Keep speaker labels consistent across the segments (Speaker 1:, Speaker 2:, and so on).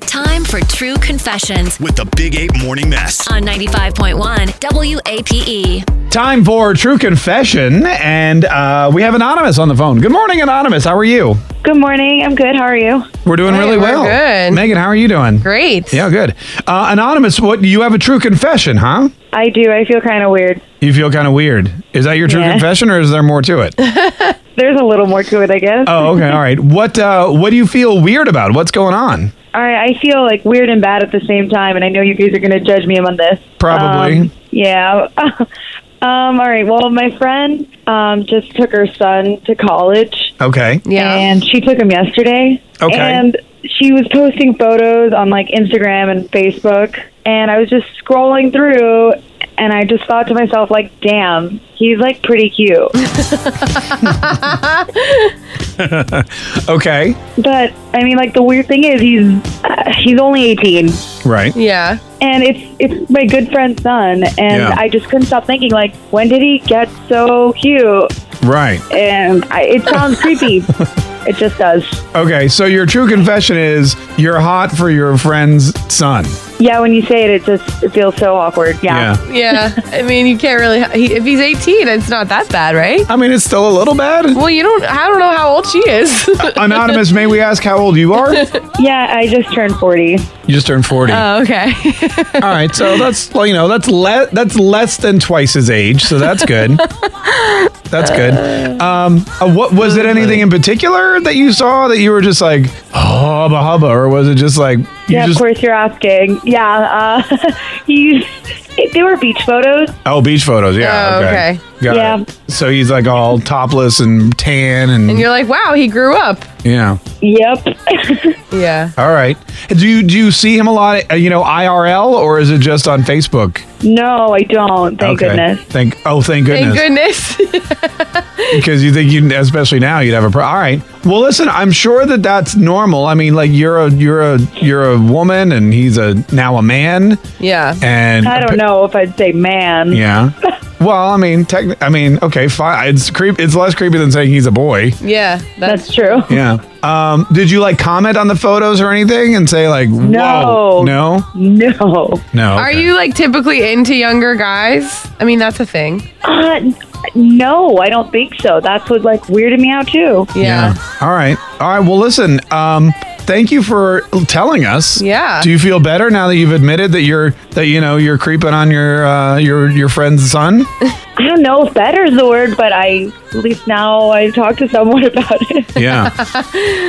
Speaker 1: time for True Confessions
Speaker 2: with the Big Eight Morning Mess.
Speaker 1: on 95.1 WAPE.
Speaker 3: Time for True Confession, and uh, we have Anonymous on the phone. Good morning, Anonymous. How are you?
Speaker 4: Good morning. I'm good. How are you?
Speaker 3: We're doing really
Speaker 5: we're
Speaker 3: well.
Speaker 5: good.
Speaker 3: Megan, how are you doing?
Speaker 5: Great.
Speaker 3: Yeah, good. Uh, Anonymous, what you have a true confession, huh?
Speaker 4: I do. I feel kind of weird.
Speaker 3: You feel kind of weird. Is that your true
Speaker 4: Yeah.
Speaker 3: confession, or is there more to it?
Speaker 4: There's a little more to it, I guess.
Speaker 3: oh, okay. All right. What uh, What do you feel weird about? What's going on?
Speaker 4: All right. I feel like weird and bad at the same time, and I know you guys are going to judge me on this.
Speaker 3: Probably.
Speaker 4: Um, yeah. um, all right. Well, my friend um, just took her son to college,
Speaker 3: Okay.
Speaker 5: Yeah.
Speaker 4: and she took him yesterday.
Speaker 3: Okay.
Speaker 4: And she was posting photos on like Instagram and Facebook, and I was just scrolling through. And I just thought to myself, like, damn, he's like pretty cute.
Speaker 3: Okay.
Speaker 4: But I mean, like the weird thing is he's uh, he's only 18,
Speaker 3: Right.
Speaker 5: yeah.
Speaker 4: and it's it's my good friend's son, and
Speaker 3: Yeah.
Speaker 4: I just couldn't stop thinking, like, when did he get so cute?
Speaker 3: Right.
Speaker 4: And I, it sounds creepy. It just does.
Speaker 3: Okay. So your true confession is you're hot for your friend's son.
Speaker 4: Yeah, when you say it, it just it feels so awkward. Yeah.
Speaker 5: Yeah. I mean, you can't really. He, if he's 18, it's not that bad, right?
Speaker 3: I mean, it's still a little bad.
Speaker 5: Well, you don't. I don't know how old she is.
Speaker 3: Anonymous, may we ask how old you are? You
Speaker 4: yeah, I just turned 40.
Speaker 3: just turned 40.
Speaker 5: oh, okay.
Speaker 3: All right, so that's well, you know, that's le- that's less than twice his age, so that's good. that's good. Um, uh, what was it anything in particular that you saw that you were just like, oh, hubba hubba, or was it just like you
Speaker 4: yeah,
Speaker 3: just
Speaker 4: of course you're asking. Yeah, uh, he's. They were beach photos.
Speaker 3: oh beach photos? Yeah,
Speaker 5: Oh,
Speaker 3: okay,
Speaker 5: okay.
Speaker 3: Got
Speaker 4: Yeah.
Speaker 3: it. So he's like all topless and tan, and,
Speaker 5: and you're like, wow, he grew up.
Speaker 3: yeah.
Speaker 4: Yep.
Speaker 5: Yeah.
Speaker 3: All right. Do you do you see him a lot? uh, You know, IRL, or is it just on Facebook?
Speaker 4: no, I don't. Thank goodness.
Speaker 3: Thank oh, thank goodness.
Speaker 5: Thank goodness.
Speaker 3: because you think you especially now you'd have a pro- all right well listen i'm sure that that's normal i mean like you're a you're a you're a woman and he's a now a man
Speaker 5: yeah.
Speaker 3: and
Speaker 4: I don't know if I'd say man.
Speaker 3: yeah well i mean tech i mean okay fine it's creep it's less creepy than saying he's a boy
Speaker 5: Yeah. That's,
Speaker 4: That's true.
Speaker 3: yeah um did you like comment on the photos or anything and say like whoa
Speaker 4: No.
Speaker 3: no
Speaker 4: No.
Speaker 3: no
Speaker 5: Are
Speaker 3: okay.
Speaker 5: you like typically into younger guys? I mean, that's a thing.
Speaker 4: Uh, n- no, I don't think so. That's what like weirded me out too.
Speaker 5: Yeah.
Speaker 3: all right all right well listen um thank you for telling us
Speaker 5: Yeah.
Speaker 3: do you feel better now that you've admitted that you're that you know you're creeping on your uh your your friend's son
Speaker 4: I don't know if better is the word, but I at least now I talk to someone about it.
Speaker 3: yeah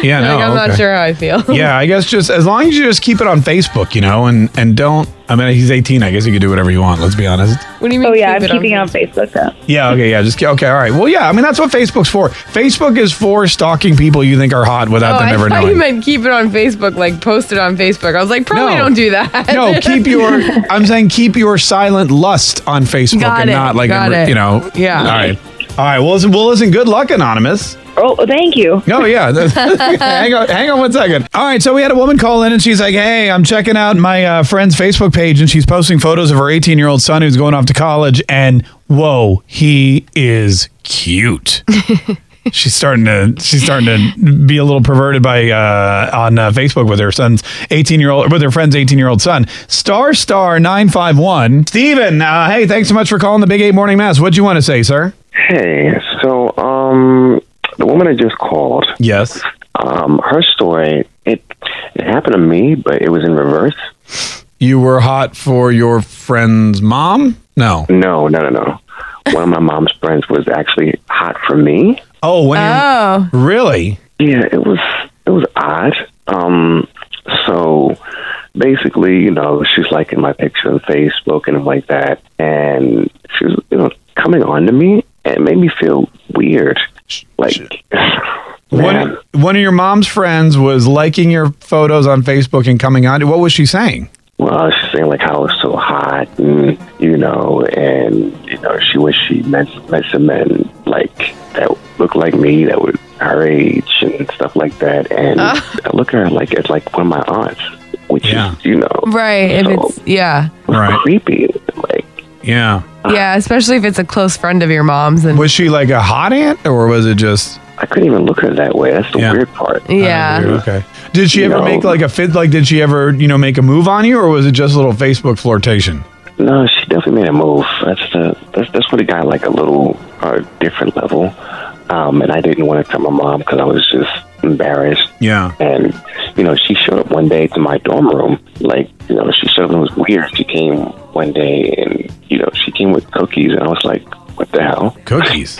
Speaker 3: yeah no
Speaker 5: like, I'm
Speaker 3: okay.
Speaker 5: not sure how I feel.
Speaker 3: yeah i guess just as long as you just keep it on facebook you know and and don't i mean he's 18 i guess you could do whatever you want let's be honest
Speaker 5: What do you mean?
Speaker 4: Oh yeah, I'm
Speaker 5: keep
Speaker 4: keeping it on Facebook though.
Speaker 3: yeah okay yeah just okay all right well yeah i mean that's what facebook's for facebook is for stalking people you think are hot
Speaker 5: Oh,
Speaker 3: without them
Speaker 5: I
Speaker 3: ever
Speaker 5: thought
Speaker 3: knowing
Speaker 5: you meant keep it on Facebook, like post it on Facebook. I was like, probably
Speaker 3: No.
Speaker 5: don't do that.
Speaker 3: No, keep your. I'm saying keep your silent lust on Facebook
Speaker 5: Got
Speaker 3: and
Speaker 5: it,
Speaker 3: not like
Speaker 5: got
Speaker 3: in-
Speaker 5: it.
Speaker 3: you know.
Speaker 5: Yeah.
Speaker 3: All right. All right. Well, listen. Well, listen. Good luck, anonymous.
Speaker 4: Oh, thank you.
Speaker 3: No, yeah. hang on. Hang on one second. All right. So we had a woman call in and she's like, "Hey, I'm checking out my uh, friend's Facebook page and she's posting photos of her 18 year old son who's going off to college and whoa, he is cute." She's starting to she's starting to be a little perverted by uh, on uh, Facebook with her son's eighteen year old with her friend's eighteen year old son. Star star nine five one. Steven, uh, hey, thanks so much for calling the Big Eight Morning Mass. What'd you want to say, sir?
Speaker 6: Hey, so um, the woman I just called,
Speaker 3: Yes.
Speaker 6: um, her story it it happened to me, but it was in reverse.
Speaker 3: You were hot for your friend's mom? No.
Speaker 6: No, no, no, no. One of my mom's friends was actually hot for me.
Speaker 3: Oh, when
Speaker 7: Uh.
Speaker 3: you're-
Speaker 5: Oh,
Speaker 3: really?
Speaker 6: Yeah, it was it was odd. Um, so basically, you know, she's liking my picture on Facebook and like that, and she was you know coming on to me and it made me feel weird. Like, man,
Speaker 3: One, one of your mom's friends was liking your photos on Facebook and coming on. What was she saying?
Speaker 6: Well, she's saying like how it's so hot, and you know, and you know, she wish she met met some men like that looked like me, that were her age and stuff like that. And
Speaker 3: Uh.
Speaker 6: I look at her like it's like one of my aunts, which
Speaker 3: Yeah.
Speaker 6: is you know
Speaker 5: right. If
Speaker 6: So-
Speaker 5: it's yeah,
Speaker 3: Right.
Speaker 6: creepy. Like
Speaker 3: Yeah. Ah.
Speaker 5: yeah, especially if it's a close friend of your mom's, and
Speaker 3: Was she like a hot aunt or was it just.
Speaker 6: I couldn't even look at her that way. That's the
Speaker 3: Yeah.
Speaker 6: weird part.
Speaker 5: yeah,
Speaker 3: Okay. Did she ever
Speaker 6: No.
Speaker 3: make like a fit? Like, did she ever, you know, make a move on you, or was it just a little Facebook flirtation?
Speaker 6: No, she definitely made a move. That's the that's that's when it got like a little uh, different level, um, and I didn't want to tell my mom because I was just embarrassed.
Speaker 3: Yeah.
Speaker 6: And you know, she showed up one day to my dorm room. Like you know, she showed up and it was weird. She came one day and you know she came with cookies, and I was like, what the hell?
Speaker 3: Cookies.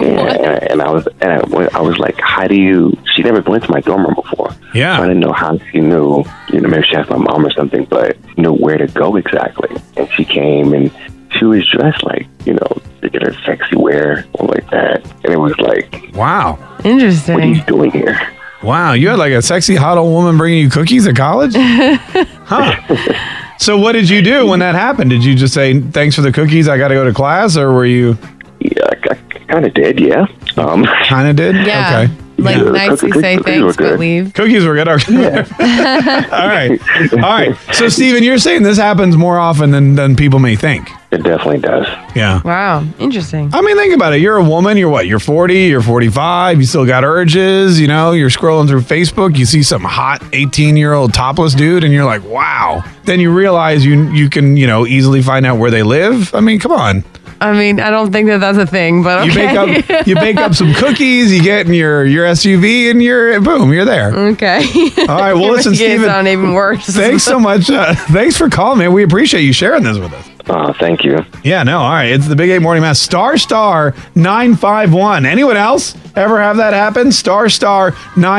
Speaker 6: And, and I was and I, wa- I was like, how do you? She never went to my dorm room before.
Speaker 3: Yeah.
Speaker 6: So I didn't know how she knew. You know, maybe she asked my mom or something, but knew where to go exactly. And she came and she was dressed like you know, to get her sexy wear or like that. And it was like,
Speaker 3: Wow.
Speaker 5: Interesting.
Speaker 6: what are you doing here?
Speaker 3: Wow. You had like a sexy hot old woman bringing you cookies at college, huh? So what did you do when that happened? Did you just say thanks for the cookies? I got to go to class, or were you
Speaker 6: Yeah, I, kind of did. Yeah. Um,
Speaker 3: kind of did?
Speaker 5: yeah.
Speaker 3: Okay.
Speaker 5: Like
Speaker 6: Yeah.
Speaker 5: nicely
Speaker 6: Cookies-
Speaker 5: say
Speaker 6: cookies
Speaker 5: thanks,
Speaker 6: were good.
Speaker 5: but leave.
Speaker 3: Cookies were good. Okay. All right. All right. So, Steven, you're saying this happens more often than, than people may think.
Speaker 6: it definitely does.
Speaker 3: Yeah.
Speaker 5: Wow. Interesting.
Speaker 3: I mean, think about it. You're a woman. You're what? You're 40. You're 45. You still got urges. You know, you're scrolling through Facebook. You see some hot 18 year old topless dude, and you're like, wow. Then you realize you you can you know easily find out where they live. I mean, come on.
Speaker 5: I mean, I don't think that that's a thing, but
Speaker 3: You
Speaker 5: okay.
Speaker 3: bake up you bake up some cookies. You get in your your SUV, and you're boom. You're there.
Speaker 5: okay.
Speaker 3: All right. Well,
Speaker 5: You're
Speaker 3: listen,
Speaker 5: making it
Speaker 3: Steven.
Speaker 5: sound even worse.
Speaker 3: Thanks so much. Uh, thanks for calling, man. We appreciate you sharing this with us.
Speaker 6: Uh, thank you.
Speaker 3: Yeah, no, all right. It's the Big Eight Morning Mass. Star Star 951. Anyone else ever have that happen? Star Star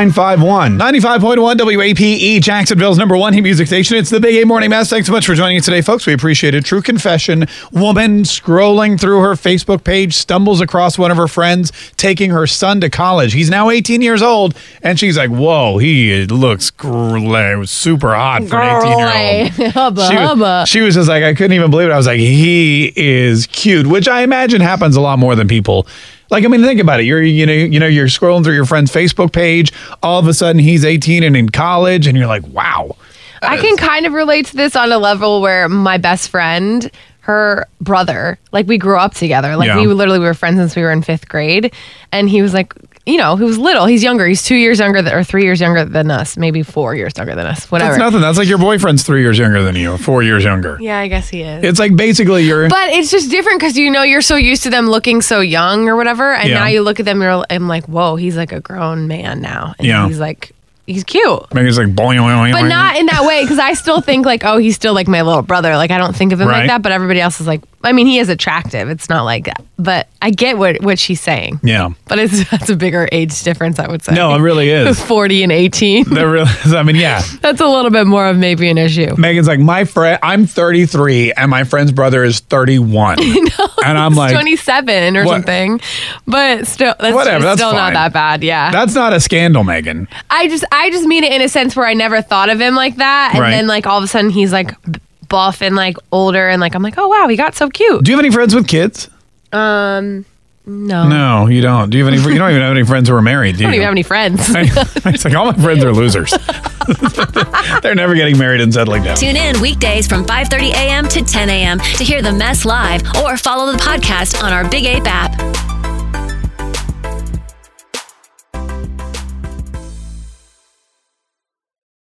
Speaker 3: 951. 95.1 WAPE, E, Jacksonville's number one hit music station. It's the Big Eight Morning Mass. Thanks so much for joining us today, folks. We appreciate it. True confession. Woman scrolling through her Facebook page, stumbles across one of her friends taking her son to college. He's now 18 years old, and she's like, whoa, he looks gr- super hot for an 18 year old
Speaker 5: hubba,
Speaker 3: she, was, she was just like, I couldn't even believe it. I was like, he is cute, which I imagine happens a lot more than people. Like, I mean, think about it. You're, you know, you know, you're scrolling through your friend's Facebook page. All of a sudden, he's 18 and in college, and you're like, wow.
Speaker 7: I can kind of relate to this on a level where my best friend, her brother, like we grew up together. Like
Speaker 3: Yeah.
Speaker 7: we literally were friends since we were in fifth grade. And he was like, you know, he was little. He's younger. He's two years younger than, or three years younger than us, maybe four years younger than us,
Speaker 3: That's
Speaker 7: whatever.
Speaker 3: nothing. That's like your boyfriend's three years younger than you, four years younger.
Speaker 7: yeah, I guess he is.
Speaker 3: It's like basically you're.
Speaker 7: but it's just different because you know you're so used to them looking so young or whatever, and
Speaker 3: Yeah.
Speaker 7: now you look at them, you're I'm like, whoa, he's like a grown man now, and
Speaker 3: Yeah.
Speaker 7: he's like, he's cute.
Speaker 3: Maybe it's like boing, boing, boing,
Speaker 7: but
Speaker 3: boing.
Speaker 7: not in that way because I still think like, oh, he's still like my little brother. Like I don't think of him
Speaker 3: Right.
Speaker 7: like that. But everybody else is like, I mean, he is attractive. It's not like that. But I get what what she's saying.
Speaker 3: Yeah.
Speaker 7: But it's that's a bigger age difference, I would say.
Speaker 3: No, it really is.
Speaker 7: forty and eighteen.
Speaker 3: That really, I mean, yeah.
Speaker 7: that's a little bit more of maybe an issue.
Speaker 3: Megan's like, my friend, I'm 33 and my friend's brother is 31. and I'm like,
Speaker 7: Twenty seven or
Speaker 3: What-
Speaker 7: something. But still, that's,
Speaker 3: Whatever,
Speaker 7: it's
Speaker 3: that's
Speaker 7: still
Speaker 3: fine.
Speaker 7: not that bad. Yeah.
Speaker 3: that's not a scandal, Megan.
Speaker 7: I just I just mean it in a sense where I never thought of him like that, and
Speaker 3: Right.
Speaker 7: then like all of a sudden he's like buff and like older and like I'm like, oh wow, he got so cute.
Speaker 3: Do you have any friends with kids?
Speaker 7: Um, no. I
Speaker 3: No, you don't. Do you have any? You don't even have any friends who are married. Do you?
Speaker 7: don't even have any friends.
Speaker 3: it's like all my friends are losers. They're never getting married and settling down.
Speaker 1: Tune in weekdays from 5:30 a.m. to 10 a.m. to hear the mess live or follow the podcast on our Big Ape app.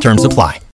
Speaker 8: Terms apply.